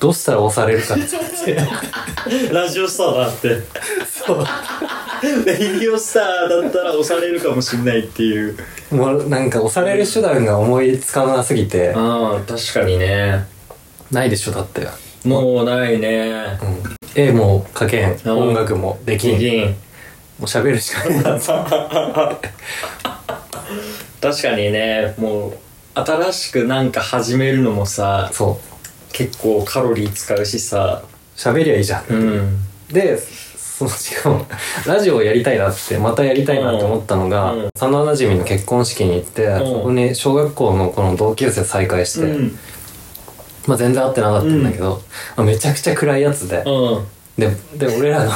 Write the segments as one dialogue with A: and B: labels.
A: どうしたら押されるかって
B: ラジオスターだって
A: そう
B: レディオスターだったら押されるかもしれないっていう
A: もうなんか押される手段が思いつかなすぎて
B: ああ確かにね
A: ないでしょだって、
B: もうないね
A: うん、絵も描けん
B: うん
A: 音楽もできんも
B: 銀
A: う喋るしかない
B: 確かにねもう新しくなんか始めるのもさ
A: そう
B: 結構カロリー使うしさ
A: 喋りゃいいじゃん
B: うん
A: でそのしかもラジオをやりたいなってまたやりたいなって思ったのが、
B: うんうん
A: 幼なじみの結婚式に行って、
B: ん
A: そこに小学校のこの同級生再会して、
B: うん
A: まあ、全然会ってなかったんだけど、まあめちゃくちゃ暗いやつで、
B: うん
A: でで俺らの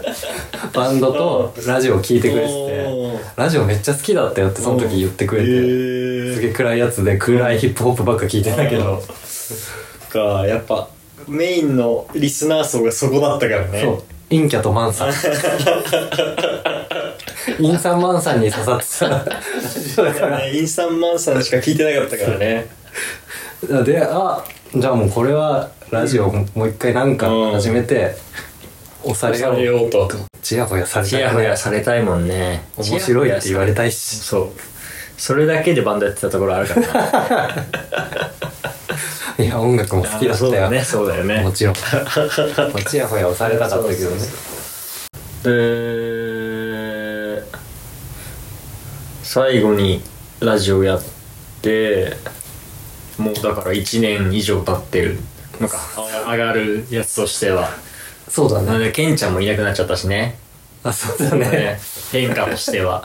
A: バンドとラジオを聴いてくれてて
B: おー
A: ラジオめっちゃ好きだったよってその時言ってくれて
B: へ
A: す
B: ー
A: げえ暗いやつで暗いヒップホップばっか聴いてたけど
B: かやっぱメインのリスナー層がそこだったからね
A: そう陰キャとマンさ ん陰さんマンさんに刺さってたラジオだか
B: ねインスタンマンさんしか聞いてなかったからね
A: らであじゃあもうこれはラジオももう一回なんか始めて押されよう
B: うと
A: ちやほやされ
B: チ
A: た
B: ヤ
A: ら
B: ホヤされたいもんね
A: 面白いって言われたいし
B: そうそれだけでバンドやってたところあるから ね
A: いや音楽も好きだった
B: そう
A: よ
B: だねそうだよね
A: もち ろんもちやほや押されたかったけどね
B: えー最後にラジオやってもうだから1年以上経ってるのかあ上がるやつとしては
A: そうだ
B: なの
A: ね
B: でケンちゃんもいなくなっちゃったしね
A: あそうだね
B: ね変化として は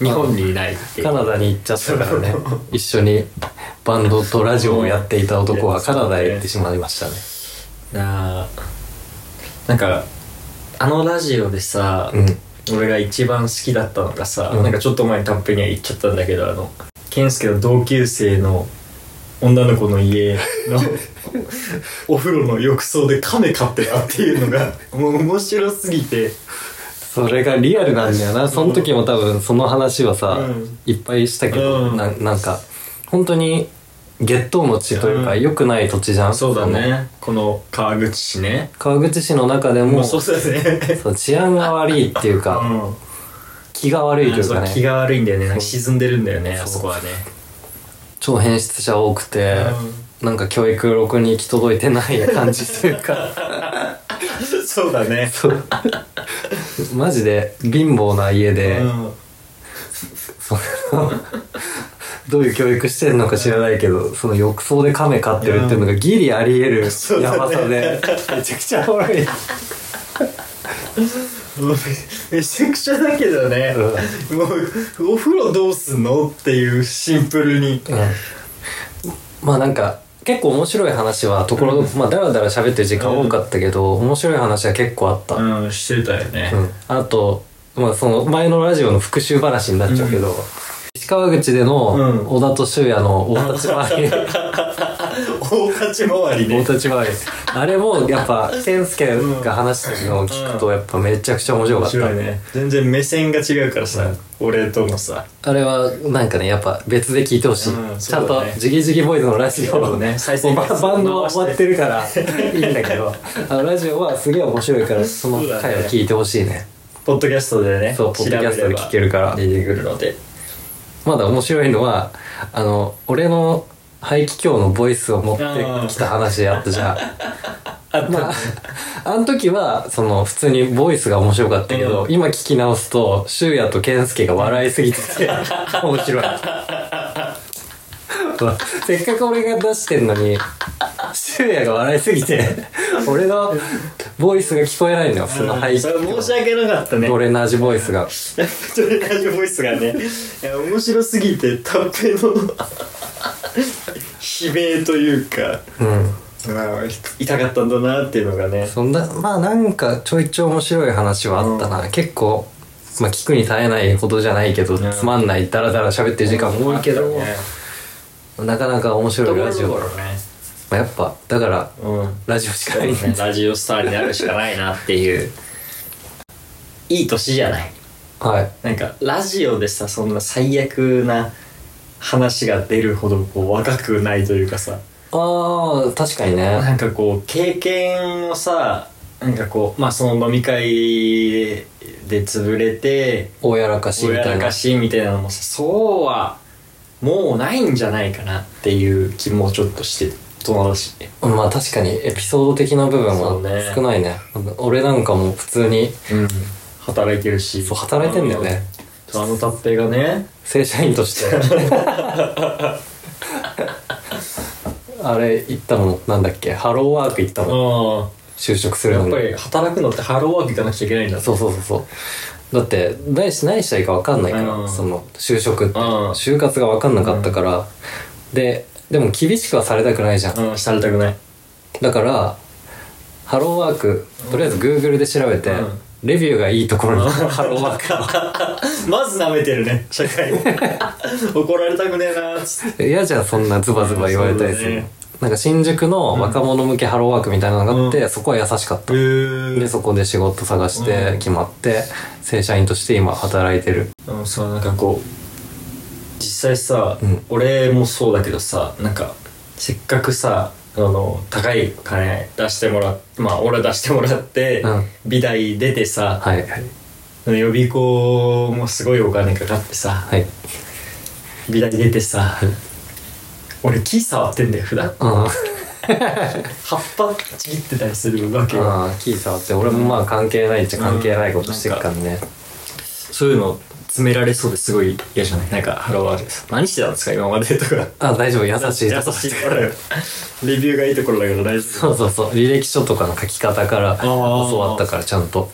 B: 日本にいないっていう
A: カナダに行っちゃったからね 一緒にバンドとラジオをやっていた男はカナダへ行ってしまいましたね
B: なあなんかあのラジオでさ、
A: うん
B: 俺が一番好きだったのがさ、
A: うん
B: なんかちょっと前にタッペには言っちゃったんだけどあの健介の同級生の女の子の 家のお風呂の浴槽で亀飼ってたっていうのがもう面白すぎて
A: それがリアルなんだよなその時も多分その話はさ、
B: うん
A: いっぱいしたけど、
B: うん
A: ななんか本当に月頭の地というか
B: うん
A: 良、くない土地じゃん
B: そうだ
A: の
B: ねこの川口市ね
A: 川口市の中で
B: も
A: も
B: うそうだね
A: そう治安が悪いっていうか、
B: うん
A: 気が悪いというか
B: そう気
A: ね
B: が悪いんだよねなんか沈んでるんだよね
A: そう
B: あそこはね
A: 超変質者多くて、なんか教育ろくに行き届いてない感じというか
B: そうだね
A: そうマジで貧乏な家で、
B: うん
A: そのどういう教育してるのか知らないけどその浴槽で亀飼ってるっていうのがギリあり得る
B: そうだ
A: や
B: ね
A: ばさでめちゃくちゃおもろい、うん
B: めちゃくちゃだけどね、もうお風呂どうすんのっていうシンプルに
A: まあなんか結構面白い話はところどころまあだらだら喋ってる時間多かったけど、面白い話は結構あった、
B: うんしてたよね
A: うんあと、まあ、その前のラジオの復習話になっちゃうけど、石川口で
B: うん
A: の小田と 修也の大立ち回り、
B: 大立ち回
A: 大
B: りね
A: 立ち回りあれもやっぱ健介が話してるのを聞くとやっぱめちゃくちゃ面白か
B: 面
A: った、
B: 白いね全然目線が違うからさ、俺とのさ
A: あれはなんかねやっぱ別で聞いてほしい、
B: うん
A: ちゃん
B: そう
A: と
B: だね
A: ジギジギボーイズのラジオ
B: そ
A: を
B: うだね再生
A: もう
B: 回数
A: バンドは終わってるからいいんだけ どあのラジオはすげえ面白いからその回を聞いてほしいね
B: ポッドキャストでね
A: そうポッドキャストで聞けるから
B: 調べれば出てくるので
A: まだ面白いのはあの俺の排気胸のボイスを持ってきた話 あったじゃん
B: あった
A: まああの時はその普通にボイスが面白かったけど、
B: う
A: 今聞き直すと柊也と健介が笑いすぎて て面白いせっかく俺が出してんのに柊也が笑いすぎて俺のボイスが聞こえないのよその
B: う
A: 排
B: ん
A: 気
B: それ申し訳なかったね
A: トレナージボイスが
B: トレラジボイスがねいや面白すぎてタッペの 悲鳴というか
A: うん
B: まあ痛かったんだなっていうのがね
A: そんなまあなんかちょいちょい面白い話はあったな、結構、まあ、聞くに耐えないほどじゃないけど、
B: ん
A: つまんないダラダラ喋ってる時間も多いけど、なかなか面白いラジオ、ま
B: ね
A: あ、やっぱだから
B: うん
A: ラジオしかない、
B: ラジオスターになるしかないなっていういい年じゃない
A: はい
B: なんかラジオでさそんな最悪な話が出るほどこう若くないというかさ
A: ああ確かにね
B: なんかこう経験をさなんかこうまあその飲み会で潰れて
A: おやらかしみ
B: 親
A: た
B: ら
A: いな
B: かしみたいなのもさそうはもうないんじゃないかなっていう気もちょっとして友達
A: まあ確かにエピソード的な部分
B: そう
A: は
B: ね
A: 少ないね俺なんかもう普通に
B: うん働いてるし
A: そう働いてんだよね
B: そうあの達平がね
A: 正社員として あれ行ったものなんだっけハローワーク行ったもん
B: あ
A: 就職す
B: あ
A: るの
B: やっ
A: に
B: ぱり働くのってハローワーク行かなくちゃいけないんだ
A: そうそうそうそうだって何し何したらいいか分かんないから、
B: うん
A: その就職って
B: うん
A: 就活が分かんなかったから、ででも厳しくはされたくないじゃん、
B: うんされたくない
A: だからハローワークとりあえず Google で調べて、
B: うん
A: レビューがいいところにハローワー
B: まず舐めてるね社会 怒られたくねえなーつって
A: ク 嫌じゃんそんなズバズバ言われたりす
B: そう
A: る、
B: だね
A: なんか新宿の若者向けハローワークみたいなのがあって、
B: う
A: そこは優しかった、で
B: で
A: そこで仕事探して
B: うん
A: 決まって、正社員として今働いてる
B: あのさなんかこう実際さ、
A: うん
B: 俺もそうだけどさなんかせっかくさあの高い金出してもらっまあ俺は出してもらって、
A: うん
B: 美大出てさ
A: はいはい
B: 予備校もすごいお金かかってさ
A: はい
B: 美大出てさ俺木触ってんだよ普段
A: うん
B: 葉っぱちぎってたりするわけよ
A: ああキー触って俺もまあ関係ないっちゃ関係ないことしてるからね、
B: そういうの詰められそうですごい嫌じゃないなんかハローワークです何してたんですか今までとか
A: あ大丈夫優しい
B: 優しいところよ レビューがいいところだから大丈夫
A: そうそうそう履歴書とかの書き方から
B: ー
A: 教わったからちゃんと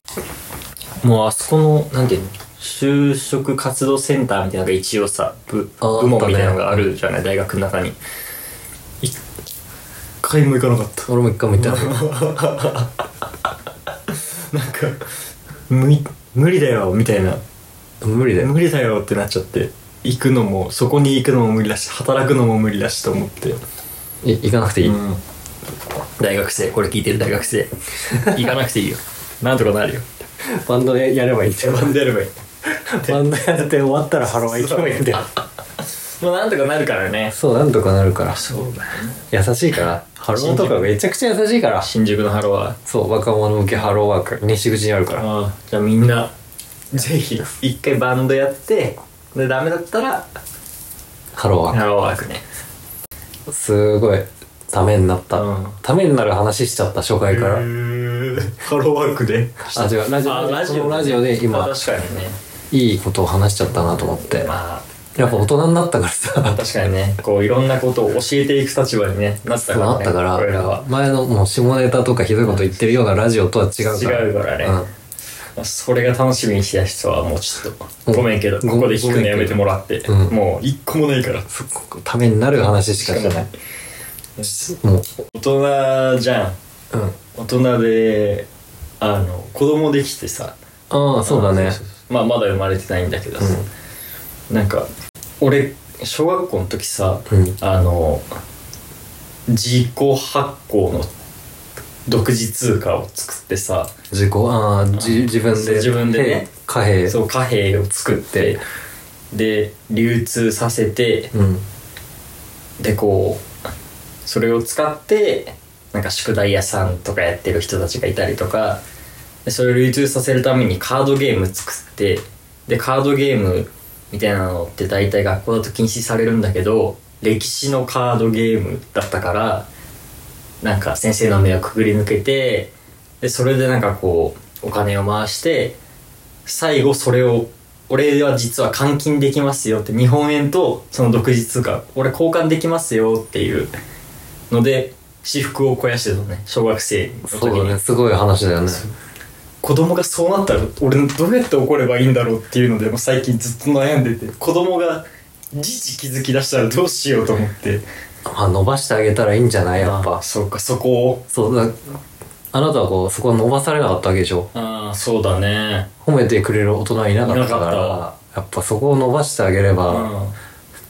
B: もうあそこのなんていうの就職活動センターみたいなのが一応さ部
A: あー
B: 部
A: あ
B: 門
A: ったね
B: みたいなのがあるじゃない、大学の中に一回も行かなかった
A: 俺も一回も言ったの
B: なんか無い無理だよみたいな
A: 無理だよ
B: 無理だよってなっちゃって行くのもそこに行くのも無理だし働くのも無理だしと思って、
A: い行かなくていい、
B: うん大学生これ聞いてる大学生行かなくてい いよなんとかなるよ
A: バンドややればいいんだよ
B: バンドやればいい
A: バンドやって終わったらハロワ行けばいいんだよ
B: もうなんとかなるからね
A: そうなんとかなるから
B: そうだね
A: 優しいからハロワとかめちゃくちゃ優しいから
B: 新宿のハローは
A: そう若者向けハローワーク西口にあるから
B: ああじゃあみんなぜひ一回バンドやってでダメだったら
A: ハローワー
B: ハローワークね
A: クすごいためになった、
B: うん
A: ためになる話しちゃった初回から、
B: ハローワークで
A: あ違うラジオ
B: あラジオ
A: このラジオで今
B: あ確かにね
A: いいことを話しちゃったなと思って
B: まあ
A: やっぱ大人になったからさ
B: 確かにねこういろんなことを教えていく立場に、ね、なった
A: そう
B: から、ね、
A: なったから
B: 俺らは
A: 前のもう下ネタとかひどいこと言ってるようなラジオとは違うから
B: 違うからねまあそれが楽しみにしてた人はもうちょっ
A: う
B: と
A: ん
B: ごめんけど
A: ご
B: ここで聞くのやめてもらって、
A: うん
B: もう一個もないから
A: そこためになる話しかしてないもう
B: 大人じゃん
A: うん
B: 大人であの子供できてさ
A: ああそうだね
B: まあまだ生まれてないんだけどさ、なんか俺小学校の時さ、
A: うん
B: あの自己発行の独自通貨を作ってさ
A: 自己ああじ自分で
B: 自分でね
A: 貨幣
B: そう貨幣を作ってで流通させて
A: うん
B: でこうそれを使ってなんか宿題屋さんとかやってる人たちがいたりとかでそれを流通させるためにカードゲーム作ってでカードゲームみたいなのって大体学校だと禁止されるんだけど歴史のカードゲームだったからなんか先生の目をくぐり抜けてでそれでなんかこうお金を回して最後それを俺は実は換金できますよって日本円とその独自通貨俺交換できますよっていうので私服を肥やしてたのね小学生の時
A: そう
B: に、
A: だねすごい話だよね
B: 子供がそうなったら俺どうやって怒ればいいんだろうっていうのでもう最近ずっと悩んでて子供が自治気づき出したらどうしようと思って
A: まあ伸ばしてあげたらいいんじゃないやっぱ
B: そうかそこを
A: そうだあなたはこうそこは伸ばされなかったわけでしょ
B: ああそうだね
A: 褒めてくれる大人はいなかったから
B: いなか
A: やっぱそこを伸ばしてあげれ
B: う
A: ば、
B: ん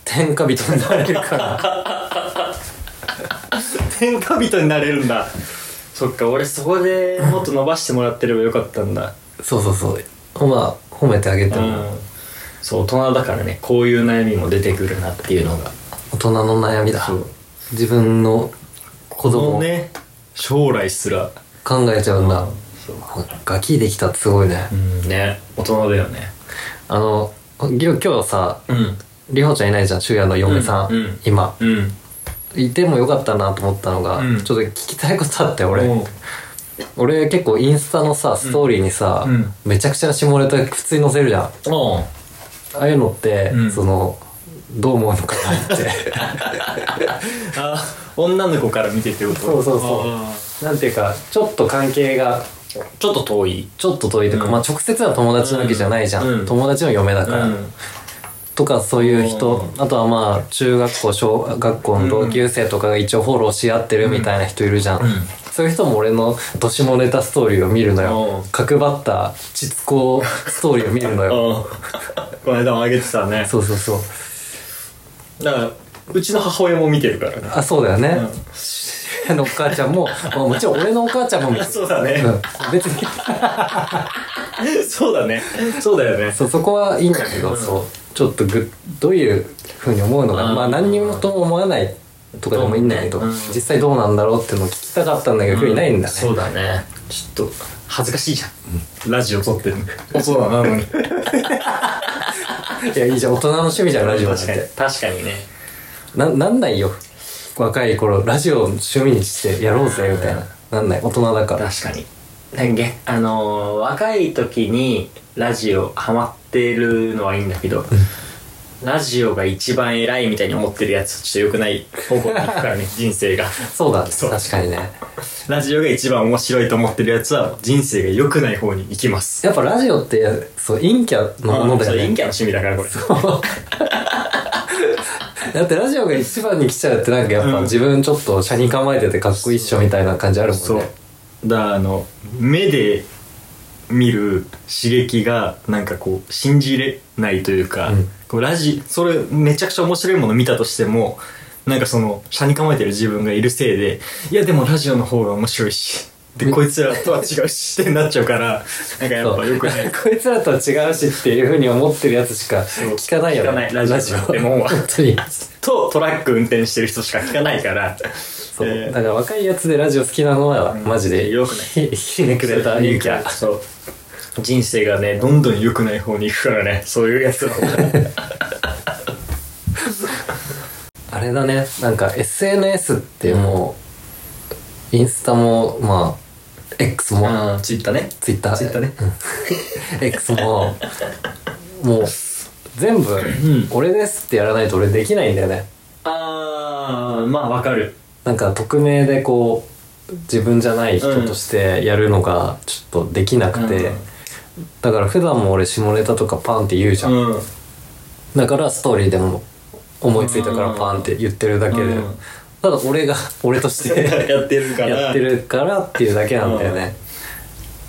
A: 天下人になれるから
B: 天下人になれるんだそっか俺そこでもっと伸ばしてもらってればよかったんだ
A: そうそうそうほまあ褒めてあげて
B: う
A: も、
B: んそう大人だからねこういう悩みも出てくるなっていうのが
A: 大人の悩みだ
B: そう
A: 自分の子
B: そ
A: 供
B: のね将来すら
A: 考えちゃうんだ、
B: そう
A: ガキできたってすごいね、
B: うんね大人だよね
A: あのぎょ今日さ
B: うん
A: りほちゃんいないじゃん昼夜の嫁さん、
B: うんうん
A: 今
B: うん
A: いてもよかったなと思ったのが、
B: うん
A: ちょっと聞きたいことあって俺、
B: もう
A: 俺結構インスタのさストーリーにさ、
B: うん
A: めちゃくちゃな下ネタ普通に載せるじゃんあ
B: あ
A: あいうのって、
B: うん
A: そのどう思うのかなって
B: ああ女の子から見てってこと
A: そうそうそう
B: あ
A: なんていうかちょっと関係が
B: あちょっと遠い
A: ちょっと遠いとか、
B: うん
A: まあ直接は友達なわけじゃないじゃん、
B: うん
A: 友達の嫁だから、
B: うん
A: とかそういう人あとはまあ中学校小学校の同級生とかが一応フォローし合ってるみたいな人いるじゃん、
B: うん
A: そういう人も俺のどしもネタストーリーを見るのよ
B: うん
A: 角張った膣子ストーリーを見るのよ
B: ああこの間もあげてたね
A: そうそうそう
B: だからうちの母親も見てるからね
A: あそうだよね、
B: うん
A: あのお母ちゃんも、まあ、もちろん俺のお母ちゃんも見てる
B: そうだね
A: うん別に
B: そうだねそうだよね
A: そうそこはいいんだけど、そうちょっとぐどういうふうに思うのかな
B: うん
A: まあ何にもとも思わないとかでもいいんだけど、
B: うん
A: 実際どうなんだろうっていうのを聞きたかったんだけど、今日いないんだね
B: そうだねちょっと恥ずかしいじゃん、ラジオ撮ってる大人なのに
A: いやいいじゃん大人の趣味じゃんラジオなん
B: 確かに
A: て
B: 確かにね
A: ななんないよ若い頃ラジオを趣味にしてやろうぜみたいな、なんない大人だから
B: 確かになんかあのー若い時にラジオハマってるのはいいんだけど、ラジオが一番偉いみたいに思ってるやつちょっと良くない方向に行くから ね人生が
A: そうだね
B: そう
A: 確かにね
B: ラジオが一番面白いと思ってるやつは人生が良くない方に行きます
A: やっぱラジオってそう陰キャのものだ
B: そう
A: よ
B: 陰
A: ね
B: キャの趣味だからこれ
A: だってラジオが一番に来ちゃうってなんかやっぱ
B: うん
A: 自分ちょっと車に構えててかっこいいっしょみたいな感じあるもんね
B: そうだからあの目で見る刺激がなんかこう信じれないというか、
A: うん
B: こうラジそれめちゃくちゃ面白いもの見たとしてもなんかその車に構えてる自分がいるせいでいやでもラジオの方が面白いしでこいつらとは違うしってなっちゃうからなんかやっぱよくな い
A: こいつらとは違うしっていうふうに思ってるやつしか聞かないよね
B: 聞かないラジオでも
A: 本当に
B: とトラック運転してる人しか聞かないから
A: そう、
B: えー
A: だから若いやつでラジオ好きなのはマジで
B: よく
A: ひひねくれた勇気だ
B: そう人生がねどんどん良くない方に行くからねそういうやつは
A: あれだねなんか SNS ってもう、インスタもまあ X も、
B: うんツイッターね
A: Twitter
B: ツイッターね、
A: X ももう全部、
B: ん
A: 俺ですってやらないと俺できないんだよね
B: ああまあわかる
A: なんか匿名でこう自分じゃない人としてやるのがちょっとできなくて、
B: うん
A: だから普段も俺下ネタとかパンって言うじゃん、
B: うん
A: だからストーリーでも思いついたからパンって言ってるだけで、
B: うん
A: ただ俺が 俺として
B: やってるから
A: やってるからっていうだけなんだよね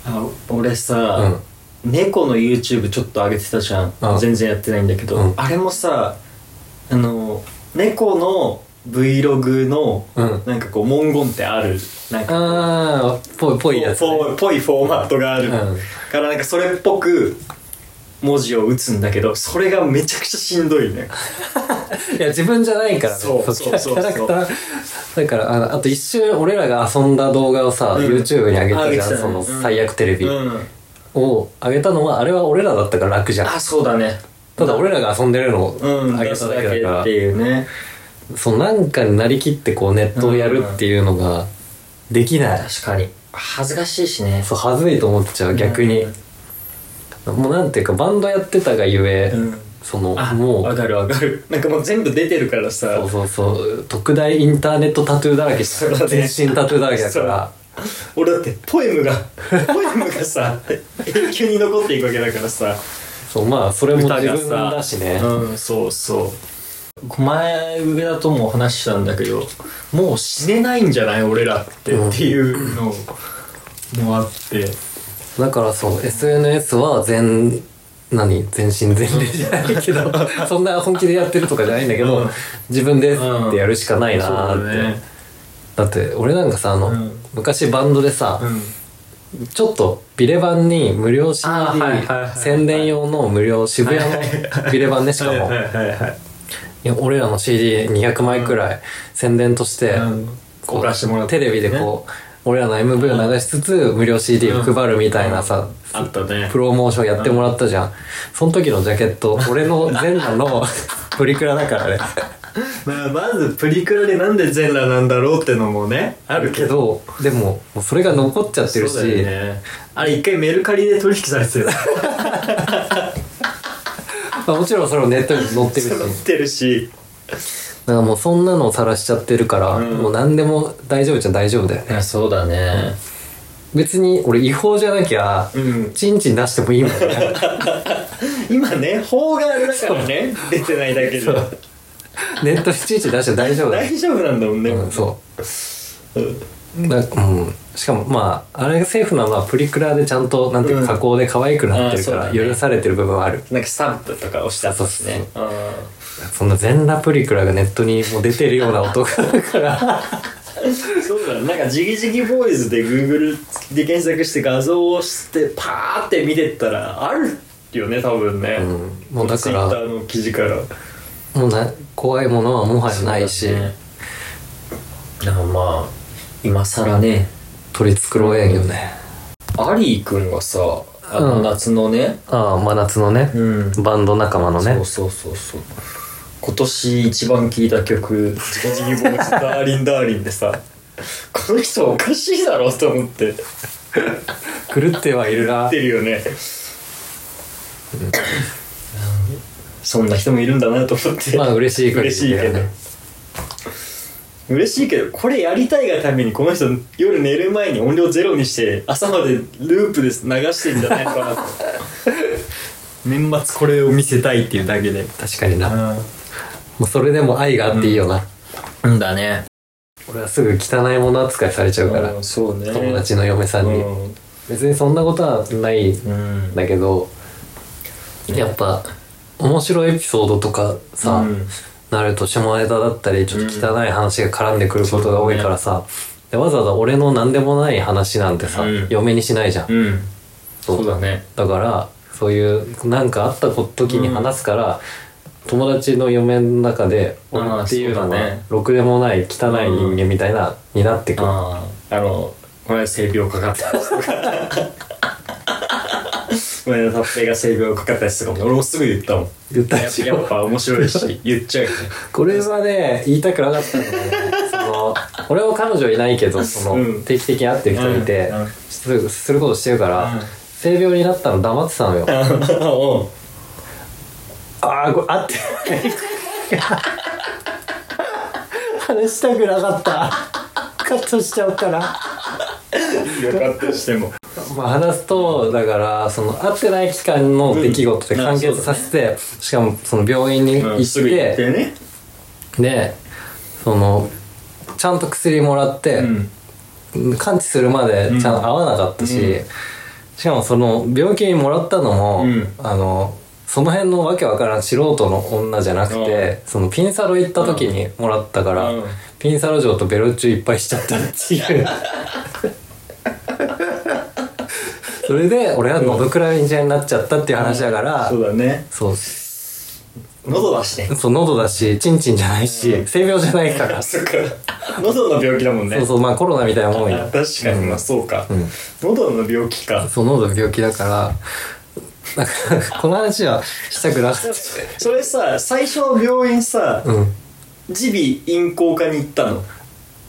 B: あ俺さ、猫の YouTube ちょっと上げてたじゃん、
A: うん
B: 全然やってないんだけど、
A: うん
B: あれもさあの猫の Vlog の、
A: うん
B: なんかこう文言ってあるなんか
A: ああぽいぽいやつ、ね、
B: フォーぽいフォーマットがある、
A: うん
B: からなんかそれっぽく文字を打つんだけどそれがめちゃくちゃしんどいね
A: いや自分じゃないからね
B: そう
A: そう
B: そう
A: キャラキ
B: そう
A: ャラクターだからあのあと一瞬俺らが遊んだ動画をさ、
B: うん
A: YouTube に上げ
B: あ
A: て
B: 上げ
A: じ
B: て
A: ゃん、
B: たね
A: その
B: うん
A: 最悪テレビ、
B: うん
A: をあげたのはあれは俺らだったから楽じゃん
B: あそうだね
A: ただ俺らが遊んでるのを
B: うん
A: あげ
B: 出
A: た
B: す
A: だ
B: だ
A: け
B: け
A: だ
B: っ
A: か
B: ていうね
A: らそうなんかになりきってこうネットをやるっていうのができない
B: 確かに恥ずかしいしね
A: そう恥ずいと思っちゃう逆にもうなんていうかバンドやってたがゆえ
B: うん
A: その
B: あ
A: も
B: わ
A: う
B: かるわかるなんかもう全部出てるからさ
A: そうそうそう特大インターネットタトゥーだらけし
B: そうだね
A: 全身タトゥーだらけだから
B: 俺だってポエムがポエムがさ永久に残っていくわけだからさ
A: そうまあそれも
B: 歌
A: 自
B: が
A: 分
B: さ
A: だしね
B: うんそうそう前上田とも話したんだけどもう死ねないんじゃない俺らって、
A: うん
B: っていうのもあって
A: だからそう SNS は全何全身全霊じゃないけど そんな本気でやってるとかじゃないんだけど、
B: うん
A: 自分ですってやるしかないなーって、だって俺なんかさあの、
B: うん
A: 昔バンドでさ、
B: うん
A: ちょっとビレ版に無料 CD、
B: あーはいはいはい
A: 宣伝用の無料渋谷のビレ版ねしかも、
B: はいはいはいはい
A: いや俺らの CD200 枚くらい宣伝として、
B: うん
A: ここ
B: 送らせてもら
A: う
B: って
A: テレビでこう俺らの MV を流しつつ無料 CD を配るみたいなさ
B: あったね
A: プロモーションやってもらったじゃんその時のジャケット俺 の全裸のプリクラだからね
B: まあ、まずプリクラでなんで全裸なんだろうってのもねあるけ
A: け
B: ど
A: どでももうそれが残っちゃってるし
B: そうだよねあれ一回メルカリで取引され てる
A: まあ、もちろんそれをネットに載ってるし
B: 揃ってるし
A: なんかもうそんなのを晒しちゃってるから、
B: うん
A: もう何でも大丈夫じゃ大丈夫だよね
B: そうだね
A: 別に俺違法じゃなきゃ、
B: うん
A: チンチン出してもいいもん ね
B: 今ね法があれだからね出てないだ けで
A: そうネットにチンチン出しても大丈夫だよ、
B: 大丈夫なんだもんね、
A: うん、そううだうん、しかもまああれがセーフなのはプリクラでちゃんとなんていう
B: うん
A: か加工で可愛くなってるか
B: あー
A: ら
B: そうだね
A: 許されてる部分はある、
B: なんかスタンプとか押したとすねうん
A: そんな全裸プリクラがネットにもう出てるような男だから
B: そうだねなんかジギジギボーイズで Google で検索して画像をしてパーって見てったらあるよね多分ね、
A: うんもうだから
B: Twitter の記事から
A: もうな怖いものはもはやないし、
B: でもまあ今更ね
A: 取り繕えんよね、
B: アリー君がさあ
A: う
B: の
A: ん
B: 夏のね、
A: ああ真夏のね、
B: うん
A: バンド仲間のね
B: そうそうそうそう今年一番聴いた曲「ジギジギボーイズダーリンダーリン」でさ この人おかしいだろうと思って
A: 狂ってはいる
B: っ
A: な
B: てるよね、そんな人もいるんだなと思っ て
A: まあ嬉しい限
B: 嬉し
A: り
B: い
A: だ
B: け
A: よ
B: ど
A: ね
B: 嬉しいけどこれやりたいがためにこの人夜寝る前に音量ゼロにして朝までループで流してんじゃないかなと 年末これを見せたいっていうだけで
A: 確かにな、も
B: う
A: うそれでも愛があっていいよな、
B: んだね
A: 俺はすぐ汚いもの扱いされちゃうから、
B: そうね
A: 友達の嫁さんに、
B: うん
A: 別にそんなことはないん
B: うん
A: だけど、やっぱ面白いエピソードとかさ、
B: うん
A: なると下ネタだったりちょっと汚い話が絡んでくることが多いからさ、でわざわざ俺の何でもない話なんてさ、
B: うん
A: 嫁にしないじゃん、
B: うんそうだね
A: だからそういうなんかあった時に話すから、友達の嫁の中で
B: あー
A: 俺っていうの
B: そうだ
A: は
B: ね
A: ろくでもない汚い人間みたいな、になってくる
B: あああのこの間性病かかったやつとかこの間タッペイが性病かかったやつとかも俺もすぐ言ったもん
A: 言った
B: や
A: で
B: っぱ
A: し
B: や
A: ょ
B: っぱ面白い し言っちゃうよね
A: これはね言いたくなかったんだよねその俺は彼女いないけどその、
B: うん
A: 定期的に会ってる人いて、
B: うんうん
A: すすることしてるから、
B: うん
A: 性病になったの黙ってたのよ
B: おう
A: ああこれ会ってない話したくなかったカットしちゃうから
B: よかったとしても
A: まあ、話すとだからその会ってない期間の出来事で完結させて、しかもその病院に行
B: うん
A: っ
B: すぐ言って
A: て、
B: ね
A: でそのちゃんと薬もらって、
B: うん
A: 完治するまでちゃんと合わなかったし、
B: うん
A: しかもその病気にもらったのも、
B: うん
A: あのその辺のわけわからん素人の女じゃなくて、そのピンサロ行った時にもらったから、
B: うん
A: ピンサロ嬢とベロチューいっぱいしちゃったって いう。それで俺は喉くらいじゃになっちゃったっていう話だから、
B: そうだね
A: そう
B: 喉出して
A: そう喉だしチンチンじゃないし性病じゃないから、
B: あそっか喉の病気だもんね
A: そうそうまあコロナみたいなもん
B: あ
A: よ
B: 確かにまあそうか、喉の病気か
A: そう喉の病気だからだからこの話はしたくなかった
B: それさ最初の病院さ
A: うんい
B: 耳鼻咽喉科に行った の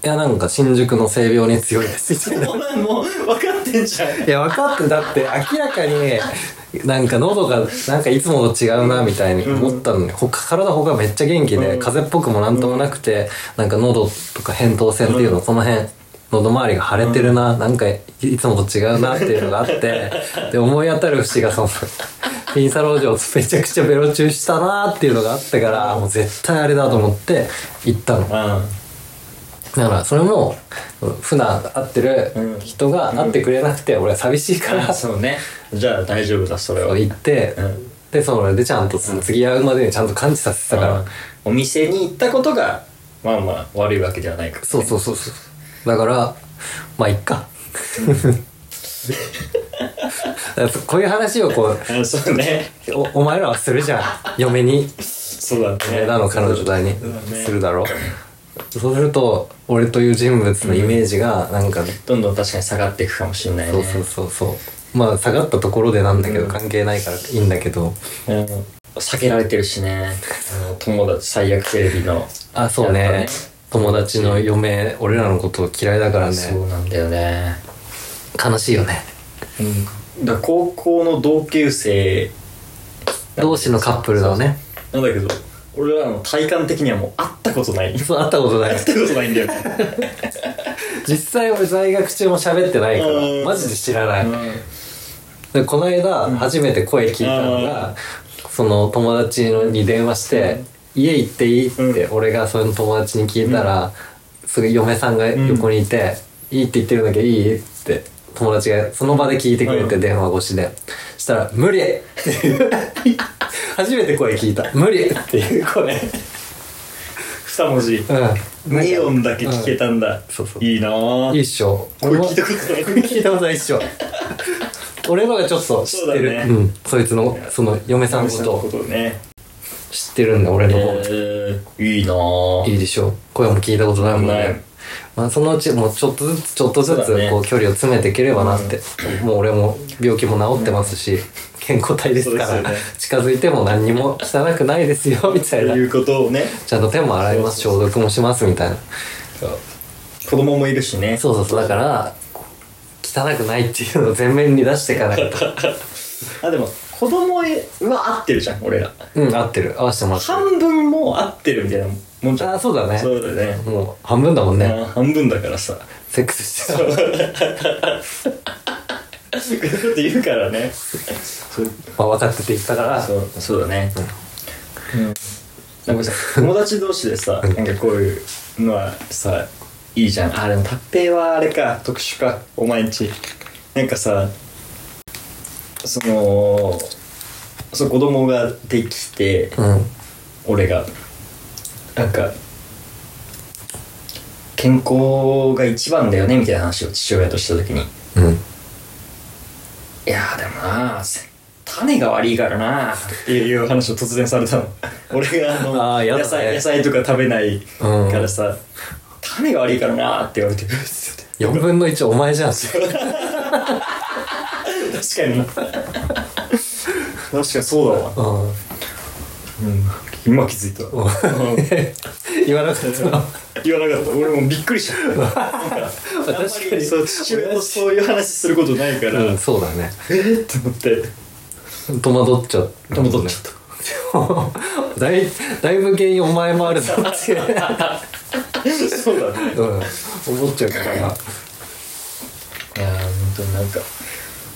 A: やなんか新宿の性病に強いですみたいな
B: お前もう分かってんじゃん
A: いや分かってだって明らかになんか喉がなんかいつもと違うなみたいに思ったのに、ほか体ほかめっちゃ元気で、
B: うん
A: 風邪っぽくもなんともなくて、なんか喉とか扁桃腺っていうのこの辺喉周りが腫れてるな、なんかいつもと違うなっていうのがあってで思い当たる節がそのピンサロージョめちゃくちゃベロチューしたなっていうのがあったからもう絶対あれだと思って行ったの。
B: う
A: だからそれも普段会ってる人が会ってくれなくて俺は寂しいから、
B: んそうねじゃあ大丈夫だそれは
A: 行って、
B: うん
A: でそれでちゃんとその次会うまでにちゃんと完治させてたから、
B: うんお店に行ったことがまあまあ悪いわけではないから
A: そうそうそうそうだからまあいっか だからこういう話をこう
B: うんそうね
A: おお前らはするじゃん嫁に
B: そうだね
A: 俺らの彼女だに
B: そうだね
A: するだろうそうすると俺という人物のイメージがなんか、
B: どんどん確かに下がっていくかもしれないね
A: そうそうそうそうまあ下がったところでなんだけど、
B: うん
A: 関係ないからいいんだけど
B: うん避けられてるしねあの友達最悪テレビの
A: あそうね
B: やっぱね
A: 友達の嫁俺らのこと嫌いだからね
B: そうなんだよね
A: 悲しいよね
B: うんだから高校の同級生
A: 同士のカップルだね
B: なんだけど俺らの体感的にはもう会ったことない会っ
A: そう会ったことない
B: たことないんだよね
A: 実際俺在学中も喋ってないか
B: うん
A: らマジで知らない、でこの間初めて声聞いたのが、その友達のに電話して「家行っていい?」って俺がその友達に聞いたら、すぐ嫁さんが横にいて「いいって言ってるんだけどいい?」って友達がその場で聞いてくれて
B: うん
A: 電話越しでしたら「無理!」 っていう初めて声聞いた「無理!」っていう声
B: 二文字
A: うん
B: ネオンだけ聞けたんだ、
A: そうそう
B: いいなぁ
A: いいっしょ
B: これ聞いたことない
A: 聞いたことないっしょ俺のがちょっと知ってる
B: そうだね
A: ん、そいつのその嫁さんのこと
B: こ
A: を
B: とね
A: 知ってるんだ俺の方、
B: えー、いいなぁ
A: いいでしょう声も聞いたことないもん
B: な
A: ね
B: い、
A: まあ、そのうちもうちょっとずつちょっとず
B: そうだ
A: つ
B: ね
A: こう距離を詰めていければなって、もう俺も病気も治ってます し、健康体ですか
B: そ
A: ら
B: うですよね
A: 近づいても何にも汚くないです よみたい
B: と
A: な
B: いうことをね
A: ちゃんと手も洗います
B: そう
A: 消毒もしますみたいな
B: 子供もいるしね
A: そうそうそうだから汚くないっていうのを前面に出していかない と
B: あでも子供は合ってるじゃん俺ら
A: うん合ってる合わせてもらって
B: 半分も合ってるみたいなもんじゃん
A: ああそうだね
B: そうだよね
A: もう半分だもんね、
B: うん半分だからさ
A: セックスしてたら
B: そういうこと言うからねそう
A: まあ分かってて言ったから
B: そうそうだねうんなんかさ友達同士でさなんかこういうのはさいいじゃんあでも達平はあれか特殊かお前んちなんかさそのそう子供ができて
A: うん
B: 俺がなんか健康が一番だよねみたいな話を父親とした時に
A: うん
B: いやーでもなーせ種が悪いからなーっていう話を突然さ れたの俺があの
A: あーやだね
B: 野菜野菜とか食べない
A: うん
B: からさ、種が悪いからなーって言われて 確
A: 4分の1お前じゃん
B: かに確かにそうだわ、
A: うん
B: うん、今気づいた、うん
A: 言わなくても
B: 言わなかった俺もびっくりしちゃったなんかあんま
A: 確か
B: り
A: に
B: そう父親とそういう話することないから、
A: う
B: え
A: んそうだね
B: ーって思って
A: 戸惑っちゃう
B: 戸惑っちゃっ た
A: だいだいぶ原因お前もあるぞって
B: た そうだね
A: うん思っちゃうから
B: いやー本当になんか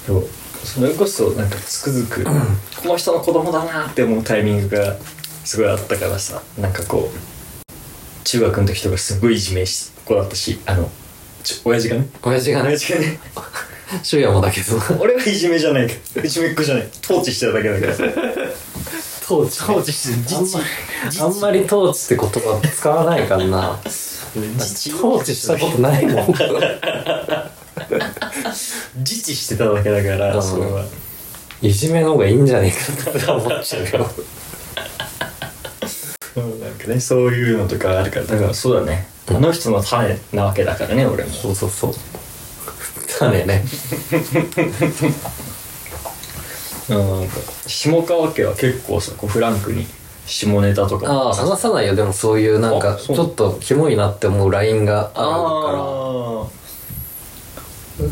B: そうそれこそなんかつくづ くこの人の子供だなって思うタイミングがすごいあったからさなんかこう中学の時とかすごいいじめし子だったしあのち親父がね
A: 親父が
B: 親
A: ね
B: 父がね
A: 昼夜もだけど
B: 俺はいじめじゃないからいじめっ子じゃない統治してただけだから
A: 統治
B: 統治して
A: あんまりあんまり統治って言葉使わないからな統治したことないもん
B: 自治してただけだから、
A: うん
B: それはい
A: じめの方がいいんじゃねえかって思っちゃうよ
B: うんなんかねそういうのとかあるからだからそうだねあの人の種なわけだからね俺も
A: そうそうそう種ね
B: うんなんか下川家は結構さこうフランクに下ネタとか
A: ああ
B: あ
A: 話さないよでもそういうなんか
B: あ
A: ち
B: そう
A: ょっとキモいなって思うラインがあるか
B: あ
A: ら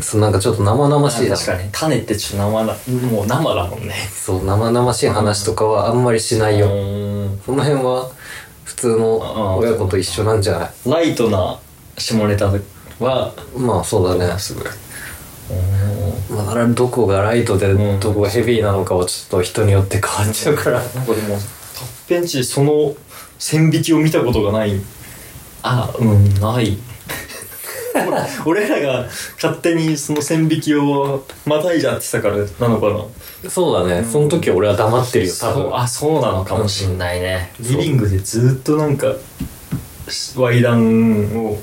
A: そうなんかちょっと生々しい
B: ー
A: な
B: 確かに種ってちょっと生だもう生だもんね
A: そう生々しい話とかはあんまりしないよ
B: うん
A: その辺は普通の親子と一緒なんじゃない
B: ライトな下ネタは
A: まあそうだね
B: すごい
A: まああれどこがライトで
B: うん
A: どこがヘビーなのかはちょっと人によって変わっちゃうから
B: なんかでもタッペンチでその線引きを見たことがないあうんない 俺らが勝手にその線引きをまたいじゃってたからなのかな
A: そうだねその時は俺は黙ってるよ多
B: そう
A: 分
B: あそうなのかもしんないね、リビングでずっとなんかワイダンを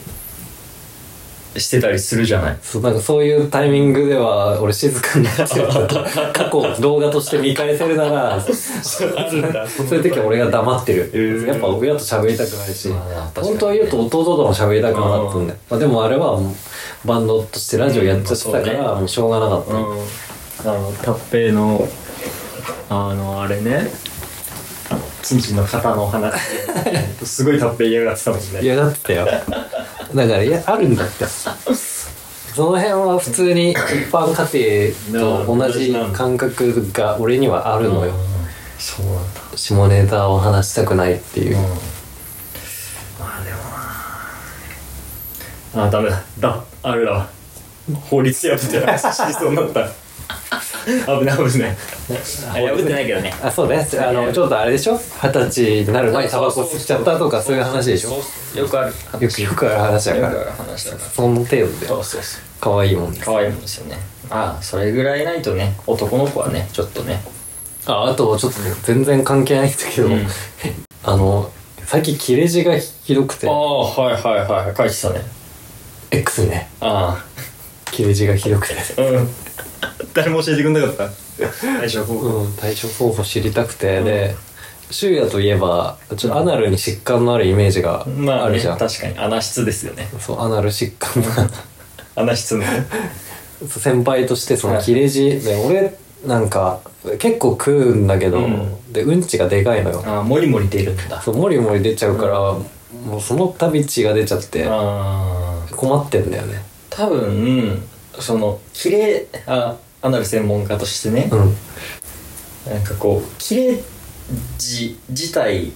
B: してたりするじゃない
A: そうなんかそういうタイミングでは俺静かになって ると過去を動画として見返せるなら
B: あるんだ そ
A: そういう時は俺が黙ってる、
B: うん
A: やっぱ親と喋りたくないし、
B: まあ確かに
A: 本当は言うと弟とも喋りたくなかったんで、まあ、でもあれはもうバンドとしてラジオやっちゃってたか
B: うんまあそう
A: ら
B: ね
A: もうしょうがなかった、
B: うんあのタッペイのあのあれねチンチンの肩の話すごいタッペイ嫌がってたもんね
A: いやだってたよだからいやあるんだってその辺は普通に一般家庭と同じ感覚が俺にはあるのよ
B: そうなんだ
A: 下ネタを話したくないっていう、
B: まあでもなあダメだだあれだわ法律破って話しそうになった危ない危ない破ってないけどね
A: あそうねあのちょっとあれでしょ二十歳になる前にタバコ吸っちゃったとかそういう話でしょ
B: そうよくある
A: よくよくある話だか
B: よくある
A: ら
B: 話だから
A: その程度で
B: そうそうそう
A: 可愛いもんです
B: 可愛いもんですよねああそれぐらいないとね男の子はねちょっとね
A: ああとちょっと全然関係ないんだけど、
B: うん
A: あの最近切れ字がひどくて
B: ああはいはいはい書いてたね
A: X にね
B: あ
A: 切れ字がひどくて
B: あうん 誰も教えてくんなかった最初こ
A: うん、対処方法知りたくて、で柊也といえばちょっとアナルに疾患のあるイメージが
B: ま
A: あ
B: あ、
A: る
B: ね、
A: じゃん、
B: 確かに穴室ですよね
A: そうアナル疾患が
B: 穴室の
A: そう先輩としてその
B: はい
A: 切れ字、で俺なんか結構食うんだけど、
B: うん
A: でうんちがでかいのよ
B: ああモリモリ出るんだ
A: そうモリモリ出ちゃうから、もうその度血が出ちゃって
B: ああ
A: 困ってんだよね
B: 多分その綺麗あアナル専門家としてね
A: う、ん
B: なんかこう綺麗字自体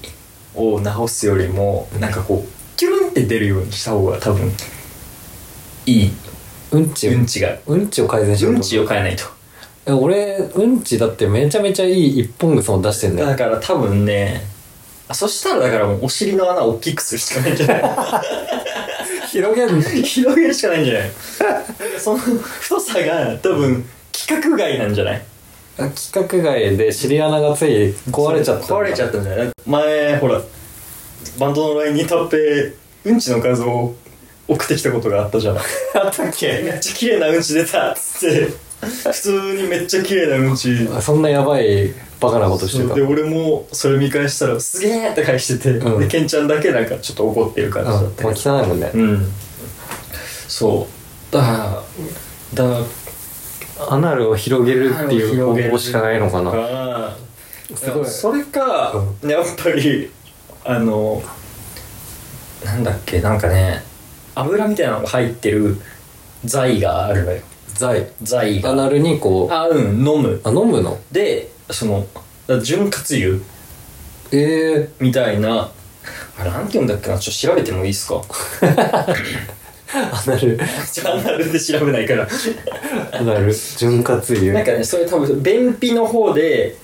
B: を直すよりもなんかこうキュルンって出るようにした方が多分いい
A: うんちを、
B: うんちが
A: うんちを改善しよう
B: うん
A: と
B: ちを変えないと
A: え俺うんちだってめちゃめちゃいい一本草を出してんだよ
B: だから多分ねあそしたらだからもうお尻の穴を大きくするしかないんじゃない
A: 広げんの
B: 広げるしかないんじゃないその太さが多分規格外なんじゃない
A: 規格外で尻穴がつい壊れちゃったんだ
B: 壊れちゃったんじゃない前ほらバンドの LINE にタッペうんちの画像を送ってきたことがあったじゃない
A: あったっ
B: めっちゃ綺麗なうんち出たっつって普通にめっちゃ綺麗なうんち
A: そんなやばいバカなことしてた
B: で俺もそれ見返したら「すげえ!」って返してて、
A: うん
B: でケンちゃんだけなんかちょっと怒ってる感じだったけど
A: うん、汚いもんね、
B: うんそうだからだ
A: アナルを広げるっていう方法しかないのかな
B: ああ
A: すごい
B: それか、やっぱりあのなんだっけなんかね油みたいなのが入ってる材があるのよ
A: 剤
B: 材
A: ア
B: が
A: ナルにこうあ
B: あうん飲む
A: 飲むの
B: でそのだから潤滑油
A: ええ
B: みたいなあれなんて言うんだっけなちょっと調べてもいいですか
A: アナル
B: チャンネルで調べないから
A: アナル潤滑油
B: なんかねそれ多分便秘の方で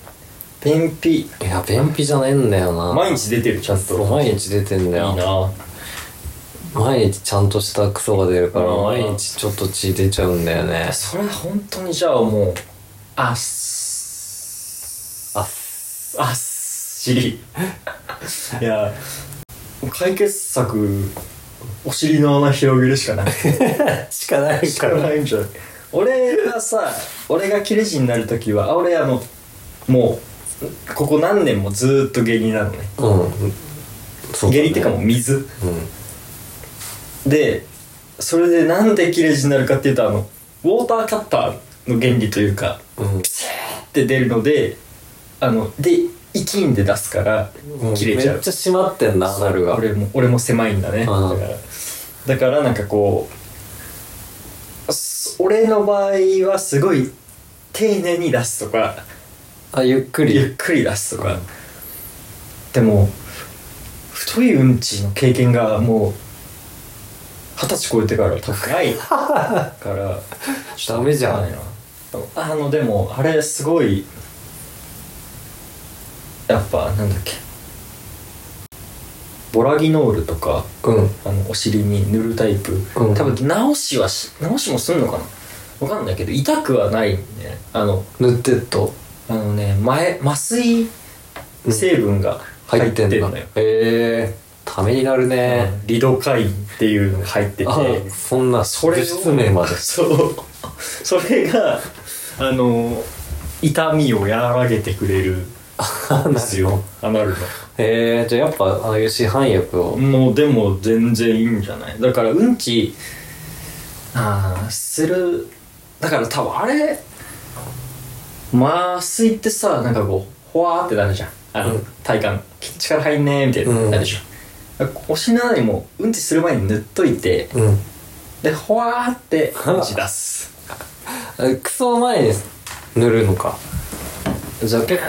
B: 便秘
A: いや便秘じゃないんだよな
B: 毎日出てるちゃん
A: そ
B: と
A: う毎日出てんだ
B: いい
A: よ
B: な
A: 毎日ちゃんとしたクソが出るから
B: うん
A: 毎日ちょっと血出ちゃうんだよね
B: それは本当にじゃあもうあっす
A: あっ
B: あっしり いやもう解決策お尻の穴広げるしかない
A: しかない
B: しかないんじゃない俺はさ俺が切れ字になる時はあ俺あのもうここ何年もずーっと下痢なのね
A: うんそうだね
B: 下痢ってかもう水
A: うん
B: でそれでなんで切れ字になるかっていうとあのウォーターカッターの原理というか
A: うん
B: って出るのであので息んで出すから切れちゃ
A: め
B: う
A: っちゃ締まってんな、アナルが。
B: 俺も俺も狭いんだねだ
A: ああ
B: からだからなんかこうす俺の場合はすごい丁寧に出すとか
A: あ、ゆっく
B: ゆっ
A: り。
B: くり出すとかでも太いうんちの経験がもう二十歳超えてから多分な いから
A: ダメじゃ
B: ない
A: ん。
B: なあのでもあれすごいやっぱなんだっけボラギノールとか
A: うん。
B: あのお尻に塗るタイプ、
A: うん
B: 多分直しはし直しもすんのかなわかんないけど痛くはないんでねあの
A: 塗ってっと。
B: あのね前麻酔成分が入ってるのよ、
A: へえー。ためになるね、
B: リドカインっていうのが入ってて
A: あそんな
B: それを
A: 物質名まで
B: そうそれがあの痛みを和らげてくれるんですよアナルの
A: へえじゃあやっぱああいう市販薬を
B: もうでも全然いいんじゃないだからうんちあーするだから多分あれ麻酔ってさなんかこうほわーってなるじゃんあの、
A: うん
B: 体幹力入んねーみたいになるじゃん、おしなにもうんちする前に塗っといて
A: うん
B: でほわーってうんち出す
A: あクソ前に塗るのかじゃあ結